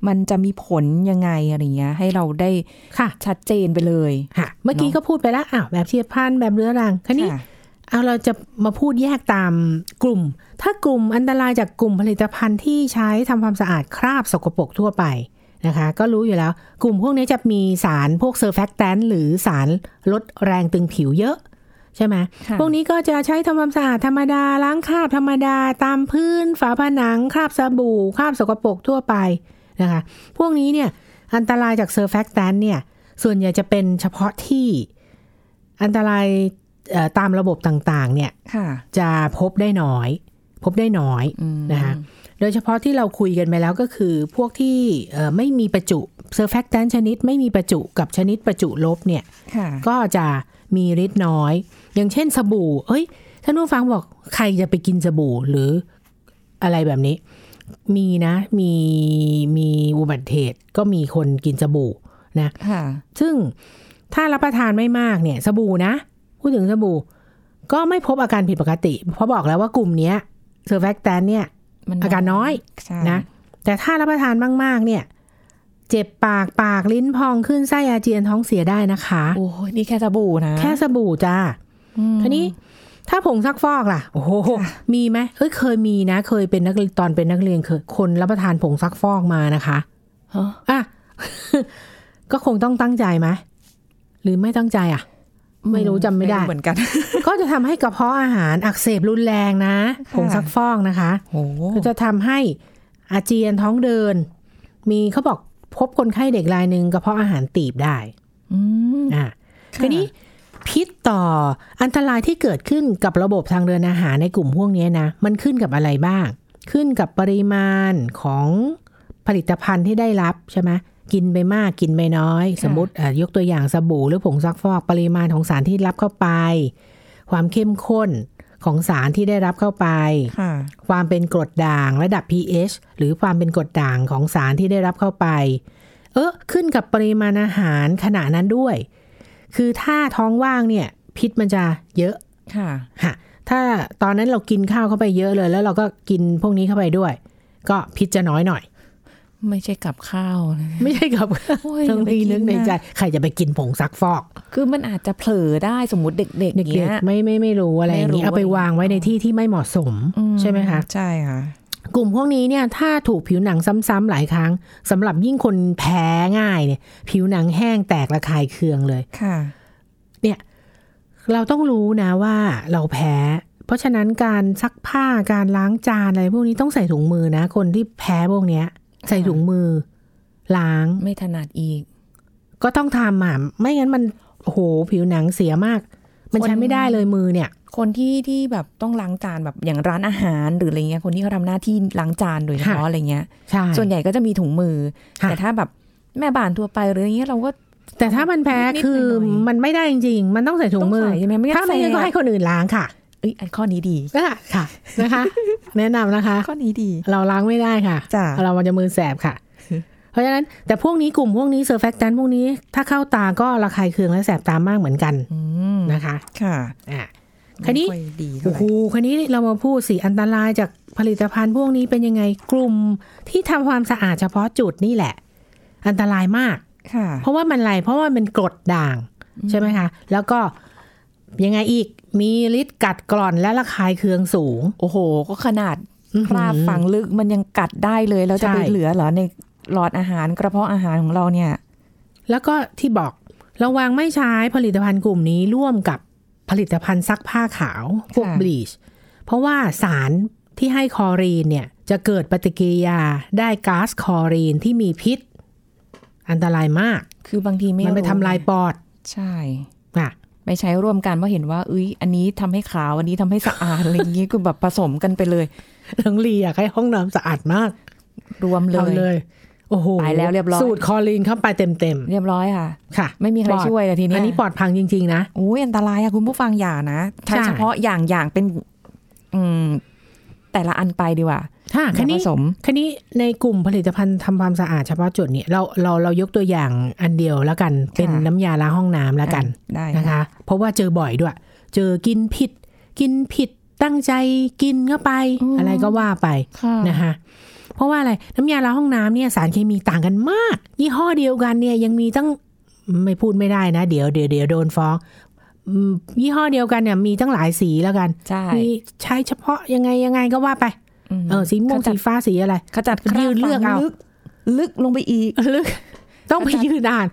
Speaker 4: มันจะมีผลยังไงอะไรเงี้ย ให้เราได้
Speaker 2: ค่ะ
Speaker 4: ชัดเจนไปเลย
Speaker 2: ค่ะ เมื่อกี้ก็พูดไปแล้วอ้าวแบบเชียบพลันแบบเรื้อรังคันนี้
Speaker 4: ค่ะ
Speaker 2: เอาเราจะมาพูดแยกตามกลุ่ม ถ้ากลุ่มอันตรายจากกลุ่มผลิตภัณฑ์ที่ใช้ทำความสะอาดคราบสกปรกทั่วไปนะคะ ก็รู้อยู่แล้ว กลุ่มพวกนี้จะมีสารพวกเซอร์แฟกแตนหรือสารลดแรงตึงผิวเยอะ ใช่ไหม
Speaker 4: ค่ะ
Speaker 2: พวกนี้ก็จะใช้ทำความสะอาดธรรมดาล้างคราบธรรมดาตามพื้น ฝาผนัง คราบสบู่ คราบสกปรกทั่วไปนะคะ พวกนี้เนี่ยอันตรายจากเซอร์แฟกแตนเนี่ยส่วนใหญ่จะเป็นเฉพาะที่อันตรายเอ่อตามระบบต่างๆเนี่ย
Speaker 4: ค่ะ
Speaker 2: จะพบได้น้อย พบได้น้อย
Speaker 4: อืม
Speaker 2: นะคะ โดยเฉพาะที่เราคุยกันไปแล้วก็คือพวกที่เอ่อไม่มีประจุเซอร์แฟกแตนชนิดไม่มีประจุกับชนิดประจุลบเนี่ย
Speaker 4: ค่ะ
Speaker 2: ก็จะมีฤทธิ์น้อย อย่างเช่นสบู่ เอ้ย ท่านผู้ฟังบอกใครจะไปกินสบู่หรืออะไรแบบนี้ มีนะ มี มีอุบัติเหตุก็มีคนกินสบู่นะ
Speaker 4: ค่ะ
Speaker 2: ซึ่งถ้ารับประทานไม่มากเนี่ย สบู่นะ พูดถึงสบู่ ก็ไม่พบอาการผิดปกติ เพราะบอกแล้วว่ากลุ่มเนี้ยเซอร์แฟกแตนเนี่ย
Speaker 4: มัน
Speaker 2: อาการน้อย
Speaker 4: ใช่
Speaker 2: นะแต่ถ้ารับประทานมาก ๆ เนี่ย เจ็บปากปากลิ้นพองขึ้นไส้อาเจียนท้องเสียได้นะคะ
Speaker 4: โอ้ยนี่แค่สบู่นะ
Speaker 2: แค่สบู่จ้า
Speaker 4: อืม
Speaker 2: ทีนี้ถ้าผงซักฟอกล่ะ โอ้โห มีไหมเอ้ยเคยมีนะ เคยเป็นนักเรียนตอนเป็นนักเรียนเคยคนรับประทานผงซักฟอกมานะคะ
Speaker 4: ฮะ
Speaker 2: อ่ะ ก็คงต้องตั้งใจไหมหรือไม่ตั้งใจ อ่ะ ไม่รู้จำไม่ได้
Speaker 4: เหมือนกัน
Speaker 2: ก็จะทำให้กระเพาะอาหารอักเสบรุนแรงนะ
Speaker 4: ค่ะ
Speaker 2: ผงซักฟอกนะคะ
Speaker 4: โอ้
Speaker 2: ก็จะทำให้อาเจียนท้องเดิน มีเขาบอกพบคนไข้เด็กรายหนึ่งกระเพาะอาหารตีบได้
Speaker 4: อืม
Speaker 2: อ่ะ
Speaker 4: ค่ะ
Speaker 2: ทีนี้พิษต่ออันตรายที่เกิดขึ้นกับระบบทางเดินอาหารในกลุ่มพวกนี้นะ มันขึ้นกับอะไรบ้าง ขึ้นกับปริมาณของผลิตภัณฑ์ที่ได้รับใช่ไหมกินไปมากกินไปน้อย สมมติอ่ะยกตัวอย่างสบู่หรือผงซักฟอกปริมาณของสารที่รับเข้าไป ความเข้มข้นของสารที่ได้รับเข้าไป
Speaker 4: ค่ะ
Speaker 2: ความเป็นกรดด่างระดับ pH หรือความเป็นกรดด่างของสารที่ได้รับเข้าไป เออขึ้นกับปริมาณอาหารขณะนั้นด้วย คือถ้าท้องว่างเนี่ย พิษมันจะเยอะ
Speaker 4: ค่ะ
Speaker 2: ฮะถ้าตอนนั้นเรากินข้าวเข้าไปเยอะเลย แล้วเราก็กินพวกนี้เข้าไปด้วย ก็พิษจะน้อยหน่อย
Speaker 4: ไม่ใช่กับข้าวนะ
Speaker 2: ไม่ใช่ครับ
Speaker 4: โอ้ย
Speaker 2: ต้องมีนึกใน
Speaker 4: อย่าไปกินนะ
Speaker 2: ใจ ใครจะไปกินผงซักฟอก
Speaker 4: คือมันอาจจะเผลอได้สมมติเด็กๆ
Speaker 2: เด็
Speaker 4: เนี้
Speaker 2: ก
Speaker 4: ย
Speaker 2: ๆไม่ไม่ไม่รู้อะไรอย่างนี้
Speaker 4: ไม่รู้
Speaker 2: เอาไปวางไว้ในที่ที่ไม่เหมาะสม
Speaker 4: อื
Speaker 2: ใช่ไหมคะ
Speaker 4: ใช่ค่ะ
Speaker 2: กลุ่มพวกนี้เนี่ยถ้าถูกผิวหนังซ้ำๆหลายครั้งสำหรับยิ่งคนแพ้ง่ายเนี่ย ผิวหนังแห้งแตกระคายเคืองเลย
Speaker 4: ค่ะ
Speaker 2: เนี่ย เราต้องรู้นะว่าเราแพ้ เพราะฉะนั้นการซักผ้าการล้างจานอะไรพวกนี้ต้องใส่ถุงมือนะ คนที่แพ้พวกเนี้ย ใส่ถุงมือ ล้าง
Speaker 4: ไม่ถนัดอีก
Speaker 2: ก็ต้องทำอ่ะไม่งั้นมันโอ้โหผิวหนังเสียมาก มันใช้ไม่ได้เลยมือเนี่ย
Speaker 4: คนที่ที่แบบต้องล้างจานแบบอย่างร้านอาหารหรืออะไรเงี้ยคนที่เขาทำหน้าที่ล้างจานโดยเฉพาะ
Speaker 2: ค่ะ
Speaker 4: อะไรเงี้ย
Speaker 2: ใช่
Speaker 4: ส่วนใหญ่ก็จะมีถุงมือ
Speaker 2: ค่ะ
Speaker 4: แต่ถ้าแบบแม่บ้านทั่วไปหรืออย่างเงี้ยเราก็
Speaker 2: แต่ถ้ามันแพ้
Speaker 4: นิดๆ
Speaker 2: คือ
Speaker 4: หน่อยๆ
Speaker 2: มันไม่ได้จริงๆมันต้องใส่ถุ
Speaker 4: ต้
Speaker 2: ง
Speaker 4: อง
Speaker 2: มือ
Speaker 4: ใส่ใช่ไหมไม่งั้น
Speaker 2: ถ้าไม่งั้นก็
Speaker 4: แสบ
Speaker 2: ให้คนอื่นล้างค่ะ
Speaker 4: เอ้ยอันข้อนี้ดี
Speaker 2: อ่ะค่ะนะคะ แนะนำนะคะ
Speaker 4: ข้อนี้ดี
Speaker 2: เราล้างไม่ได้ค่ะ
Speaker 4: จ้ะ
Speaker 2: เรามันจะมือแสบ ค่ะ เพราะฉะนั้นแต่พวกนี้กลุ่มพวกนี้เซอร์แฟกตันพวกนี้ ถ้าเข้าตาก็ระคายเคืองและแสบตามากเหมือนกัน
Speaker 4: อืม
Speaker 2: นะคะ
Speaker 4: ค่ะ
Speaker 2: อ่ะ คราวนี้
Speaker 4: ไม่อยดีเท่า
Speaker 2: โอ้
Speaker 4: ไหร่
Speaker 2: โหคันนี้เรามาพูดสิอันตรายจากผลิตภัณฑ์พวกนี้เป็นยังไงกลุ่มที่ทำความสะอาดเฉพาะจุดนี่แหละ อันตรายมาก
Speaker 4: ค่ะ
Speaker 2: เพราะว่ามันอะไรเพราะว่ามันกรดด่างใช่ไหมคะแล้วก็ยังไงอีกมีฤทธิ์กัดกร่อนและระคายเคืองสูง
Speaker 4: โอ้โห ก็ขนาดคราบฝังลึกมันยังกัดได้เลย แล้วจะไป
Speaker 2: ใช่
Speaker 4: เหลือเหรอในหลอดอาหารกระเพาะอาหารของเราเนี่ย
Speaker 2: แล้วก็ที่บอกระวังไม่ใช้ผลิตภัณฑ์กลุ่มนี้ร่วมกับผลิตภัณฑ์ซักผ้าขาวพวก
Speaker 4: ค่ะ
Speaker 2: บลีชเพราะว่าสารที่ให้คลอรีนเนี่ย จะเกิดปฏิกิริยาได้ก๊าซคลอรีนที่มีพิษ อันตรายมาก
Speaker 4: คือบางทีไม่
Speaker 2: มันไป
Speaker 4: รู้
Speaker 2: ทำลายปอด
Speaker 4: ใช่
Speaker 2: อ่ะ
Speaker 4: ไปใช้ร่วมกันเพราะเห็นว่าเอ้ยอันนี้ทำให้ขาวอันนี้ทำให้สะอาด อะไรอย่างงี้คือแบบผสมกันไปเลย
Speaker 2: ทั้งลีอยากให้ห้องน้ำสะอาดมาก
Speaker 4: รวมเล
Speaker 2: เอา
Speaker 4: ย
Speaker 2: เลย โอ้โห
Speaker 4: ไปแล้วเรียบร้อย
Speaker 2: สูตรคลอรีนเข้าไปเต็ม
Speaker 4: เรียบร้อยค่ะ
Speaker 2: ๆค่ะ
Speaker 4: ไม่มีใคร
Speaker 2: ปอด
Speaker 4: ช่วยเลยทีเนี้ย
Speaker 2: อันนี้ปอดพังจริง ๆ นะ
Speaker 4: โอ้ยอันตรายอะคุณผู้ฟังอย่านะใช้
Speaker 2: ใช่
Speaker 4: เฉพาะอย่างอย่างเป็น อืม แต่ละอันไปดีกว่า
Speaker 2: ค่ะ
Speaker 4: อย่า
Speaker 2: คัน
Speaker 4: ผ
Speaker 2: นี้
Speaker 4: สม
Speaker 2: คันนี้ในกลุ่มผลิตภัณฑ์ทำความสะอาดเฉพาะจุดเนี่ยเราเราเรายกตัวอย่างอันเดียวแล้วกัน เป็นน้ำยาล้างห้องน้ำแล้วกัน
Speaker 4: ได้
Speaker 2: นะคะ เพราะว่าเจอบ่อยด้วย เจอกินผิด กินผิดตั้งใจกินเข้าไป
Speaker 4: อืม
Speaker 2: อะไรก็ว่าไป
Speaker 4: ค่ะ
Speaker 2: นะคะเพราะว่าอะไรน้ำยาล้างห้องน้ำเนี่ยสารเคมีต่างกันมาก ยี่ห้อเดียวกันเนี่ยยังมีตั้งไม่พูดไม่ได้นะ เดี๋ยวเดี๋ยวเดี๋ยวโดนฟ้องอืมยี่ห้อเดียวกันเนี่ยมีตั้งหลายสีแล้วกัน
Speaker 4: ใช่
Speaker 2: มีใช้เฉพาะยังไงยังไงก็ว่าไป
Speaker 4: ม
Speaker 2: เออสีม่วง
Speaker 4: เขาจะ
Speaker 2: สีฟ้าสีอะไร
Speaker 4: ขจัดคราบ
Speaker 2: ยืนเลือก
Speaker 4: ฝัง
Speaker 2: เอา
Speaker 4: ลึกลึกลงไปอีก
Speaker 2: ลึกต้องไปยืนอ่าน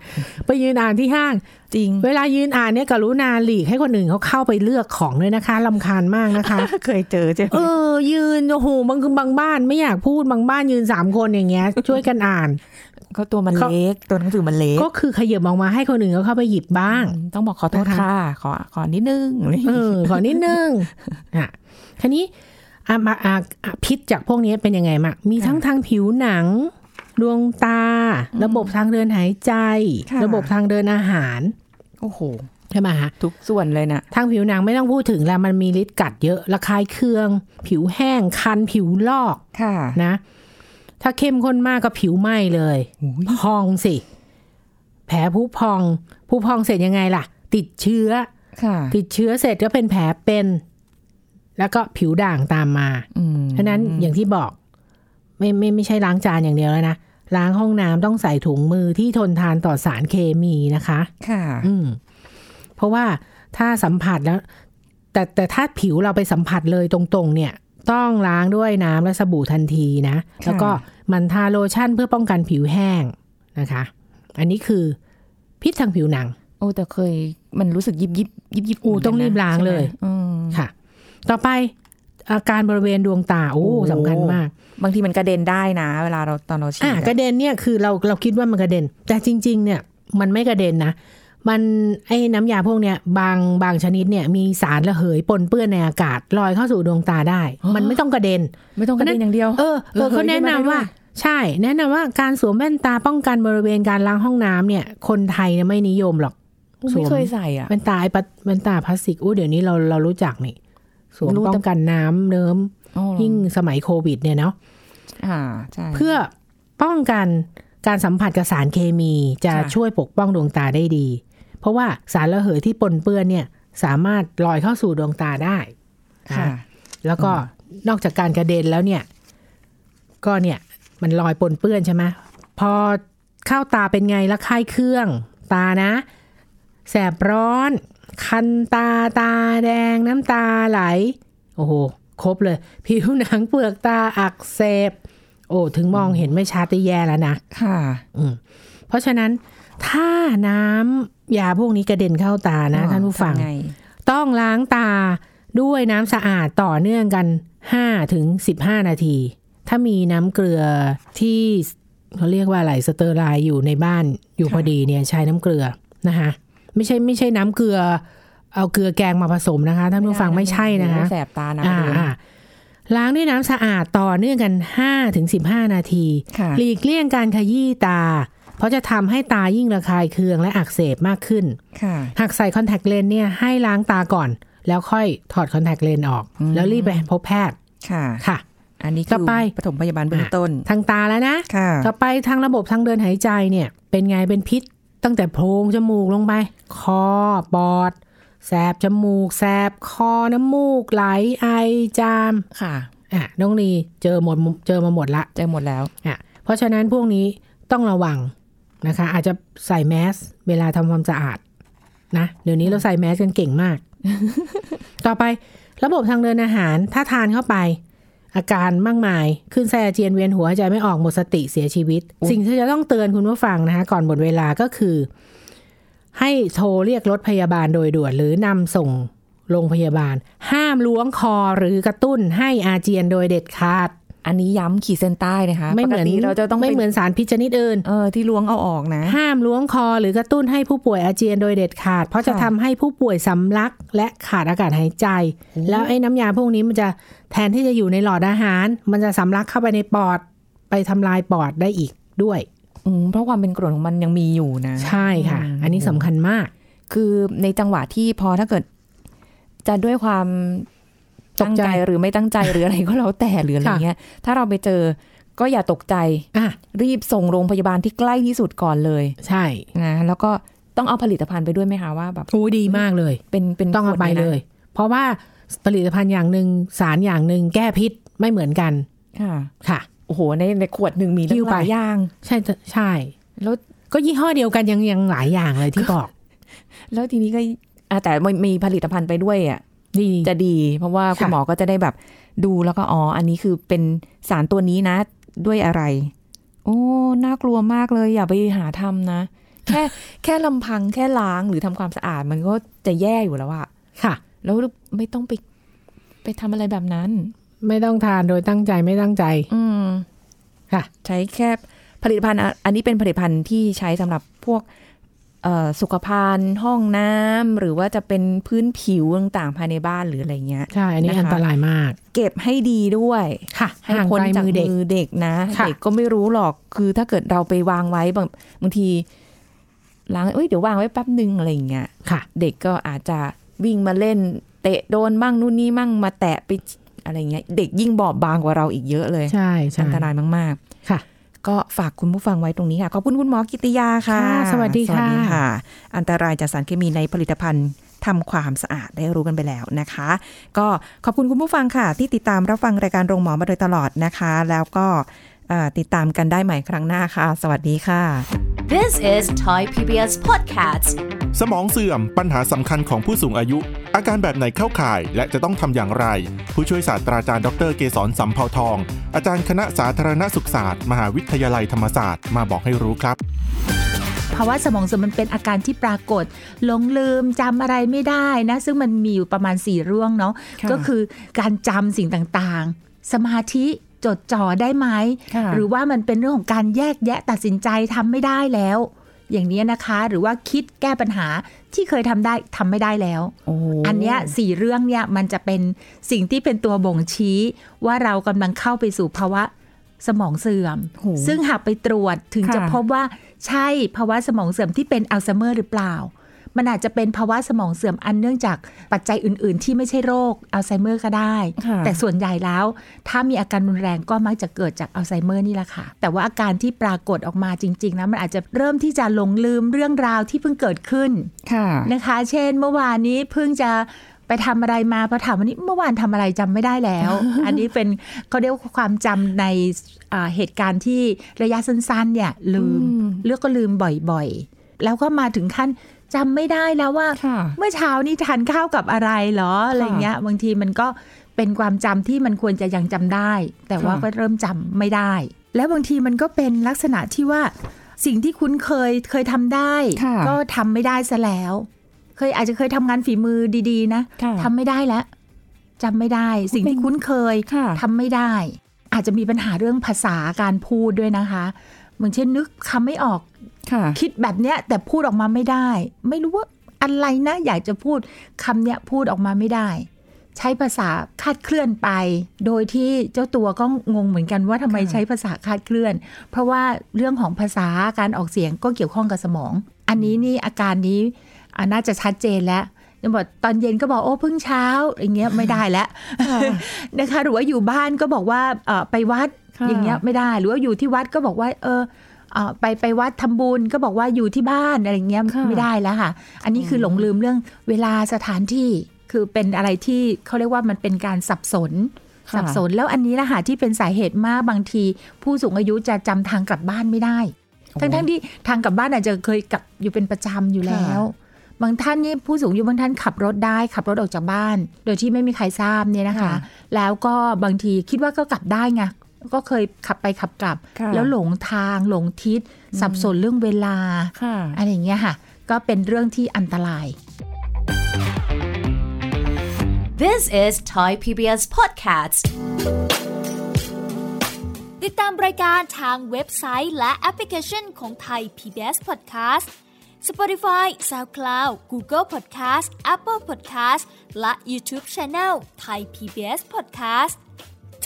Speaker 2: ไปยืนอ่านที่ห้าง
Speaker 4: จริง
Speaker 2: เวลายืนอ่านเนี่ยกรุณาหลีกให้คนอื่นเขาเข้าไปเลือกของด้วยนะคะลำคาญมากนะคะ
Speaker 4: เคยเจอใช่ไหม
Speaker 2: เออ ยืนโอ้โหบางบางบ้านไม่อยากพูดบางบ้านยืนสามคนอย่างเงี้ย ช่วยกันอ่าน
Speaker 4: เขาตัวมัน
Speaker 2: เขา
Speaker 4: เล็ก ตัวหนังสือมันเล็ก
Speaker 2: ก็คือขยับออกมาให้คนอื่นเขาเข้าไปหยิบบ้าง
Speaker 4: อืมต้องบอกขอโทษ
Speaker 2: นะคะ
Speaker 4: ค่ะ ขอขอนิดนึงอะไรอย่าง
Speaker 2: เออ
Speaker 4: งี้
Speaker 2: ขอนิดนึงอ่ะทีนี้ อ่ะมาอ่ะอ่ะพิษจากพวกนี้เป็นยังไงมางมีทั้งทางผิวหนัง ดวงตา ระบบทางเดินหายใจ
Speaker 4: ค่ะ
Speaker 2: ระบบทางเดินอาหาร
Speaker 4: โอ้โห
Speaker 2: ใช่ไหมคะ
Speaker 4: ทุกส่วนเลยน่ะ
Speaker 2: ทางผิวหนังไม่ต้องพูดถึงแล้วมันมีฤทธิ์กัดเยอะระคายเคือง ผิวแห้งคันผิวลอก
Speaker 4: ค่ะ
Speaker 2: นะ ถ้าเข้มข้นมากก็ผิวไหม้เลยพองสิ แผลผู้พอง ผู้พองเสร็จยังไงล่ะ ติดเชื้อ
Speaker 4: ค่ะ
Speaker 2: ติดเชื้อเสร็จก็เป็นแผลเป็น แล้วก็ผิวด่างตามมา
Speaker 4: อืม
Speaker 2: ฉะนั้นอย่างที่บอก ไม่ไม่ไม่ใช่ล้างจานอย่างเดียวแล้วนะล้างห้องน้ำต้องใส่ถุงมือที่ทนทานต่อสารเคมีนะคะ
Speaker 4: ค่ะ
Speaker 2: อืมเพราะว่าถ้าสัมผัสแล้ว แต่แต่ถ้าผิวเราไปสัมผัสเลยตรงๆ เนี่ย ต้องล้างด้วยน้ำและสบู่ทันทีนะ แล้วก็มันทาโลชั่นเพื่อป้องกันผิวแห้งนะคะ อันนี้คือพิษทางผิวหนัง
Speaker 4: โอ้แต่เคยมันรู้สึกยิบยิบยิบยิบ
Speaker 2: อู้ต้องรีบล้างเลย
Speaker 4: ใช่ไหมอืม
Speaker 2: ค่ะ ต่อไปอาการบริเวณดวงตา โอ้สำคัญมาก
Speaker 4: บางทีมันกระเด็นได้นะ เวลาเราตอนเราฉีด
Speaker 2: อ่ะกระเด็นเนี่ยคือเราเราคิดว่ามันกระเด็น แต่จริง ๆ เนี่ยมันไม่กระเด็นนะ มันไอ้น้ำยาพวกเนี้ยบางบางชนิดเนี่ยมีสารระเหยปนเปื้อนในอากาศลอยเข้าสู่ดวงตาได้ มันไม่ต้องกระเด็น
Speaker 4: ไม่ต้องกระเด็นอย่างเดียว
Speaker 2: เออเออ
Speaker 4: ระเหย
Speaker 2: เขาแนะนำว่า
Speaker 4: ขึ้นมาได้ด้
Speaker 2: ใช่ แนะนำว่าการสวมแว่นตาป้องกันบริเวณการล้างห้องน้ำเนี่ย คนไทยเนี่ยไม่นิยมหรอก สว
Speaker 4: ไม่
Speaker 2: ม
Speaker 4: เคยใส่อ่ะ
Speaker 2: แว่นตาไอ้ปัดแว่นตาพลาสติกอู้เดี๋ยวนี้เราเรารู้จักนี่สวม
Speaker 4: รู้
Speaker 2: ป้
Speaker 4: แต่
Speaker 2: องกันน้ำเนิ้ม
Speaker 4: อ๋อเหรอ
Speaker 2: ยิ่งสมัยโควิดเนี่ยเนาะ
Speaker 4: อ่าใช่
Speaker 2: เพื่อป้องกันการสัมผัสกับสารเคมีจะ
Speaker 4: ค่ะ
Speaker 2: ช่วยปกป้องดวงตาได้ดี เพราะว่าสารระเหยที่ปนเปื้อนเนี่ยสามารถลอยเข้าสู่ดวงตาได้
Speaker 4: ค่ะ
Speaker 2: อ่ะแล้วก็นอกจากการกระเด็นแล้วเนี่ย ก็เนี่ยมันลอยปนเปื้อนใช่ไหมพอเข้าตาเป็นไงละคายเครื่อง ตานะ แสบร้อน คันตาตาแดงน้ำตาไหล โอ้โห ครบเลย ผิวหนังเปลือกตาอักเสบ โอ้ ถึงมองเห็นไม่ชัดได้แย่แล้วนะ
Speaker 4: ค่ะ
Speaker 2: อืมเพราะฉะนั้นถ้าน้ำยาพวกนี้กระเด็นเข้าตานะท่านผู้ฟัง
Speaker 4: ทำไ
Speaker 2: ต้องล้างตาด้วยน้ำสะอาดต่อเนื่องกัน 5 ถึง 15 นาที ถ้ามีน้ำเกลือที่เขาเรียกว่าอะไรสเตอร์ไลน์อยู่ในบ้านอยู่พอดีเนี่ยใช้น้ำเกลือนะคะไม่ใช่ไม่ใช่น้ำเกลือ เอาเกลือแกงมาผสมนะคะท่านผู้ฟังไม่ใช่นะคะ
Speaker 4: แสบตานะ
Speaker 2: อ่าอ่าล้างด้วยน้ำสะอาดต่อเนื่องกัน 5-15 นาที
Speaker 4: ค่ะ
Speaker 2: หลีกเลี่ยงการขยี้ตา เพราะจะทำให้ตายิ่งระคายเคืองและอักเสบมากขึ้น
Speaker 4: ค่ะ
Speaker 2: หากใส่คอนแทคเลนส์เนี่ยให้ล้างตาก่อน แล้วค่อยถอดคอนแทคเลนส์ออก
Speaker 4: อืม
Speaker 2: แล้วรีบไปพบแพทย์
Speaker 4: ค่ะ
Speaker 2: ค่ะ
Speaker 4: อันนี้
Speaker 2: ต่
Speaker 4: คือ
Speaker 2: ไป
Speaker 4: ปฐมพยาบาลเบื้องต้น
Speaker 2: ทางตาแล้วนะ
Speaker 4: ค่ะ
Speaker 2: ต่อไปทางระบบทางเดินหายใจเนี่ย เป็นไงเป็นพิษตั้งแต่โพรงจมูกลงไป คอปอด แสบจมูก แสบคอน้ำมูกไหลไอจาม
Speaker 4: ค่ะ
Speaker 2: อ่ะน้องลีเจอหมดเจอมาหมดละ
Speaker 4: เจอหมดแล้ว
Speaker 2: อ่ะเพราะฉะนั้นพวกนี้ต้องระวังนะคะ อาจจะใส่แมสเวลาทำความสะอาดนะเดี๋ยวนี้เราใส่แมสกันเก่ง มาก ต่อไประบบทางเดินอาหารถ้าทานเข้าไป อาการมากมายขึ้นไส้อาเจียนเวียนหัวหายใจไม่ออกหมดสติเสียชีวิต
Speaker 4: อุ๊ย
Speaker 2: สิ่งที่จะต้องเตือนคุณผู้ฟังนะคะ ก่อนหมดเวลาก็คือ ให้โทรเรียกรถพยาบาลโดยด่วนหรือนำส่งโรงพยาบาล ห้ามล้วงคอหรือกระตุ้นให้อาเจียนโดยเด็ดขาด
Speaker 4: อันนี้ย้ำขีดเส้นใต้นะคะ
Speaker 2: ไม่เหมือน
Speaker 4: ปกติเราจะต้อง
Speaker 2: ไม่
Speaker 4: ป
Speaker 2: เหมือนสารพิษชนิดอื่น
Speaker 4: เออที่ล้วงเอาออกนะ
Speaker 2: ห้ามล้วงคอหรือกระตุ้นให้ผู้ป่วยอาเจียนโดยเด็ดขาด เพราะจะ
Speaker 4: ค่ะ
Speaker 2: ทำให้ผู้ป่วยสำลักและขาดอากาศหายใจ แล้วไอ้น้ำยาพวกนี้มันจะแทนที่จะอยู่ในหลอดอาหาร มันจะสำลักเข้าไปในปอดไปทำลายปอดได้อีกด้วย
Speaker 4: ืมเพราะความเป็นกรดของมันยังมีอยู่นะ
Speaker 2: ใช่ค่ะ
Speaker 4: อืม
Speaker 2: อันนี้สำคัญมาก
Speaker 4: คือในจังหวะที่พอถ้าเกิด จะด้วยความ
Speaker 2: ตก
Speaker 4: ตั้ง
Speaker 2: ใจ
Speaker 4: ใจหรือไม่ตั้งใจหรืออะไรก็แล้วแต่หรืออะไร
Speaker 2: ค่ะ
Speaker 4: เงี้ย ถ้าเราไปเจอก็อย่าตกใจ
Speaker 2: อ่ะ
Speaker 4: รีบส่งโรงพยาบาลที่ใกล้ที่สุดก่อนเลย
Speaker 2: ใช่
Speaker 4: นะแล้วก็ต้องเอาผลิตภัณฑ์ไปด้วยไหมคะว่าแบบ
Speaker 2: โอ้ดีมากเลย
Speaker 4: เป็นเป็น
Speaker 2: ต้องเอาไป
Speaker 4: ขวดนี่นะ
Speaker 2: เลย เพราะว่าผลิตภัณฑ์อย่างหนึ่งสารอย่างหนึ่งแก้พิษไม่เหมือนกัน
Speaker 4: ค่ะ
Speaker 2: ค่ะ
Speaker 4: โอ้โหในในขวดหนึ่งมีตั้
Speaker 2: หิ้ว
Speaker 4: ง
Speaker 2: ไป
Speaker 4: หลายอย่าง
Speaker 2: ใช่ใช่
Speaker 4: แล้ว
Speaker 2: ก็ยี่ห้อเดียวกันยังยังหลายอย่างเลยที่บอก
Speaker 4: แล้วทีนี้ก็อ่ะแต่มันมีผลิตภัณฑ์ไปด้วยอ่ะ
Speaker 2: ดี
Speaker 4: จะดี เพราะว่า
Speaker 2: ค่ะ
Speaker 4: คุณหมอก็จะได้แบบดูแล้วก็อ๋ออันนี้คือเป็นสารตัวนี้นะ ด้วยอะไร โอ้น่ากลัวมากเลยอย่าไปหาทำนะ แค่แค่ลำพังแค่ล้างหรือทำความสะอาดมันก็จะแย่อยู่แล้วอะ
Speaker 2: ค่ะ
Speaker 4: แล้วไม่ต้องไป ไปทำอะไรแบบนั้น
Speaker 2: ไม่ต้องทานโดยตั้งใจไม่ตั้งใจ
Speaker 4: อืม
Speaker 2: ค่ะ
Speaker 4: ใช้แค่ผลิตภัณฑ์อ่ะอันนี้เป็นผลิตภัณฑ์ที่ใช้สำหรับพวก เอ่อสุขภัณฑ์ห้องน้ำหรือว่าจะเป็นพื้นผิวต่างๆภายในบ้านหรืออะไรเงี้ย
Speaker 2: ใช่ อันนี้
Speaker 4: นะคะ
Speaker 2: อันตรายมาก
Speaker 4: เก็บให้ดีด้วย
Speaker 2: ค่ะ
Speaker 4: ให้
Speaker 2: ห่าง
Speaker 4: พ้น
Speaker 2: ไกล
Speaker 4: จาก
Speaker 2: มือเด็ก
Speaker 4: มือเด็กนะ
Speaker 2: ค่ะ
Speaker 4: เด็กก็ไม่รู้หรอกคือถ้าเกิดเราไปวางไว้บางบางทีล้างเอ้ยเดี๋ยววางไว้แป๊บหนึ่งอะไรอย่างเงี้ย
Speaker 2: ค่ะ
Speaker 4: เด็กก็อาจจะวิ่งมาเล่น เตะโดนมั่งนู่นนี่มั่งมาแตะไปอะไรเงี้ยเด็กยิ่งบอบบางกว่าเราอีกเยอะเลย
Speaker 2: ใช่ใช่
Speaker 4: อันตรายมาก
Speaker 2: ค่ะ
Speaker 4: ๆ ก็ฝากคุณผู้ฟังไว้ตรงนี้ค่ะขอบคุณคุณหมอกิติยาค่ะ
Speaker 2: ค่ะสวัสดีค่ะ
Speaker 4: ค่ะ อันตรายจากสารเคมีในผลิตภัณฑ์ทำความสะอาดได้รู้กันไปแล้วนะคะ ก็ขอบคุณคุณผู้ฟังค่ะ ที่ติดตามรับฟังรายการโรงหมอมาโดยตลอดนะคะ แล้วก็เอ่อติดตามกันได้ใหม่ครั้งหน้าค่ะ สวัสดีค่ะ
Speaker 1: This is Thai PBS Podcast
Speaker 3: สมองเสื่อมปัญหาสำคัญของผู้สูงอายุ อาการแบบไหนเข้าข่าย และจะต้องทำอย่างไร ผู้ช่วยศาสตราจารย์ดรเกษรสัมเภาทอง อาจารย์คณะสาธารณสุขศาสตร์ มหาวิทยาลัยธรรมศาสตร์มาบอกให้รู้ครับ
Speaker 5: ภาวะสมองเสื่อมมันเป็นอาการที่ปรากฏหลงลืมจำอะไรไม่ได้นะ ซึ่งมันมีอยู่ประมาณ 4 เรื่องเนาะ
Speaker 4: ค่ะ
Speaker 5: ก็คือการจำสิ่งต่างๆ สมาธิจดจ่อได้ไหม หรือว่ามันเป็นเรื่องของการแยกแยะตัดสินใจทำไม่ได้แล้ว อย่างนี้นะคะ หรือว่าคิดแก้ปัญหาที่เคยทำได้ทำไม่ได้แล้ว
Speaker 4: โอ้
Speaker 5: อันเนี้ยสี่เรื่องเนี่ยมันจะเป็นสิ่งที่เป็นตัวบ่งชี้ ว่าเรากำลังเข้าไปสู่ภาวะสมองเสื่อม
Speaker 4: โห
Speaker 5: ซึ่งหากไปตรวจถึง
Speaker 4: ค่ะ
Speaker 5: จะพบว่าใช่ภาวะสมองเสื่อมที่เป็นอัลไซเมอร์หรือเปล่า มันอาจจะเป็นภาวะสมองเสื่อมอันเนื่องจากปัจจัยอื่น ๆ ที่ไม่ใช่โรคอัลไซเมอร์ก็ได้
Speaker 4: ค่ะ
Speaker 5: แต่ส่วนใหญ่แล้ว ถ้ามีอาการรุนแรงก็มักจะเกิดจากอัลไซเมอร์นี่แหละค่ะ แต่ว่าอาการที่ปรากฏออกมาจริง ๆนะมันอาจจะเริ่มที่จะหลงลืมเรื่องราวที่เพิ่งเกิดขึ้น
Speaker 4: ค่ะ
Speaker 5: นะคะ เช่น เมื่อวานนี้เพิ่งจะไปทำอะไรมาพอถามวันนี้เมื่อวานทำอะไรจำไม่ได้แล้ว อันนี้เป็นเขาเรียกว่าความจำในอ่าเหตุการณ์ที่ระยะสั้นๆเนี่ยลืม
Speaker 4: อืม
Speaker 5: เลือกก็ลืมบ่อยๆ แล้วก็มาถึงขั้นจำไม่ได้แล้วว่า
Speaker 4: ค่ะ
Speaker 5: เมื่อเช้านี่ทานข้าวกับอะไรเหรออะไรเงี้ยบางทีมันก็เป็นความจำที่มันควรจะยังจำได้ แต่ว่า
Speaker 4: ค่ะ
Speaker 5: ก็เริ่มจำไม่ได้ แล้วบางทีมันก็เป็นลักษณะที่ว่าสิ่งที่คุ้นเคยเคยทำได้
Speaker 4: ค่ะ
Speaker 5: ก็ทำไม่ได้ซะแล้ว เคยอาจจะเคยทำงานฝีมือดีๆ นะ
Speaker 4: ค่ะ
Speaker 5: ทำไม่ได้แล้วจำไม่ได้ สิ่งที่คุ้นเคย
Speaker 4: ค่ะ
Speaker 5: ทำไม่ได้ อาจจะมีปัญหาเรื่องภาษาการพูดด้วยนะคะเหมือนเช่นนึกคำไม่ออก
Speaker 4: ค่ะ
Speaker 5: คิดแบบเนี้ยแต่พูดออกมาไม่ได้ ไม่รู้ว่าอะไรนะ อยากจะพูดคำเนี้ยพูดออกมาไม่ได้ ใช้ภาษาคาดเคลื่อนไป โดยที่เจ้าตัวก็งงเหมือนกันว่าทำไม
Speaker 4: ค่ะ
Speaker 5: ใช้ภาษาคาดเคลื่อน เพราะว่าเรื่องของภาษาการออกเสียงก็เกี่ยวข้องกับสมอง อันนี้นี่อาการนี้อ่ะน่าจะชัดเจนแล้วยังบอกตอนเย็นก็บอกโอ้เพิ่งเช้าอย่างเงี้ยไม่ได้แล้ว นะคะหรือว่าอยู่บ้านก็บอกว่าเอ่อไปวัด
Speaker 4: ค่ะ
Speaker 5: อย่างเงี้ยไม่ได้หรือว่าอยู่ที่วัดก็บอกว่า เออเอ่อไปไปวัดทำบุญก็บอกว่าอยู่ที่บ้านอะไรอย่างเงี้ยไม่ได้แล้วค่ะ อันนี้คือหลงลืมเรื่องเวลาสถานที่คือเป็นอะไรที่เขาเรียกว่ามันเป็นการสับสน
Speaker 4: ค่ะ
Speaker 5: สับสนแล้วอันนี้ละค่ะที่เป็นสาเหตุมากบางที ผู้สูงอายุจะจำทางกลับบ้านไม่ได้ ทั้งๆที่ทางกลับบ้านอาจจะเคยกลับอยู่เป็นประจำอยู่แล้ว บางท่านนี่ผู้สูงอายุบางท่านขับรถได้ขับรถออกจากบ้าน โดยที่ไม่มีใครทราบเนี่ยนะคะ
Speaker 4: ค่ะ
Speaker 5: แล้วก็บางทีคิดว่าก็กลับได้ไงก็เคยขับไปขับกลับ
Speaker 4: ค่ะ
Speaker 5: แล้วหลงทางหลงทิศ สับสนเรื่องเวลา
Speaker 4: ค่ะ
Speaker 5: อะไรอย่างเงี้ยค่ะ ก็เป็นเรื่องที่อันตราย
Speaker 1: This is Thai PBS Podcast
Speaker 6: ติดตามรายการทางเว็บไซต์และแอปพลิเคชันของไทย PBS Podcast Spotify SoundCloud Google Podcast Apple Podcast และ YouTube Channel Thai PBS Podcast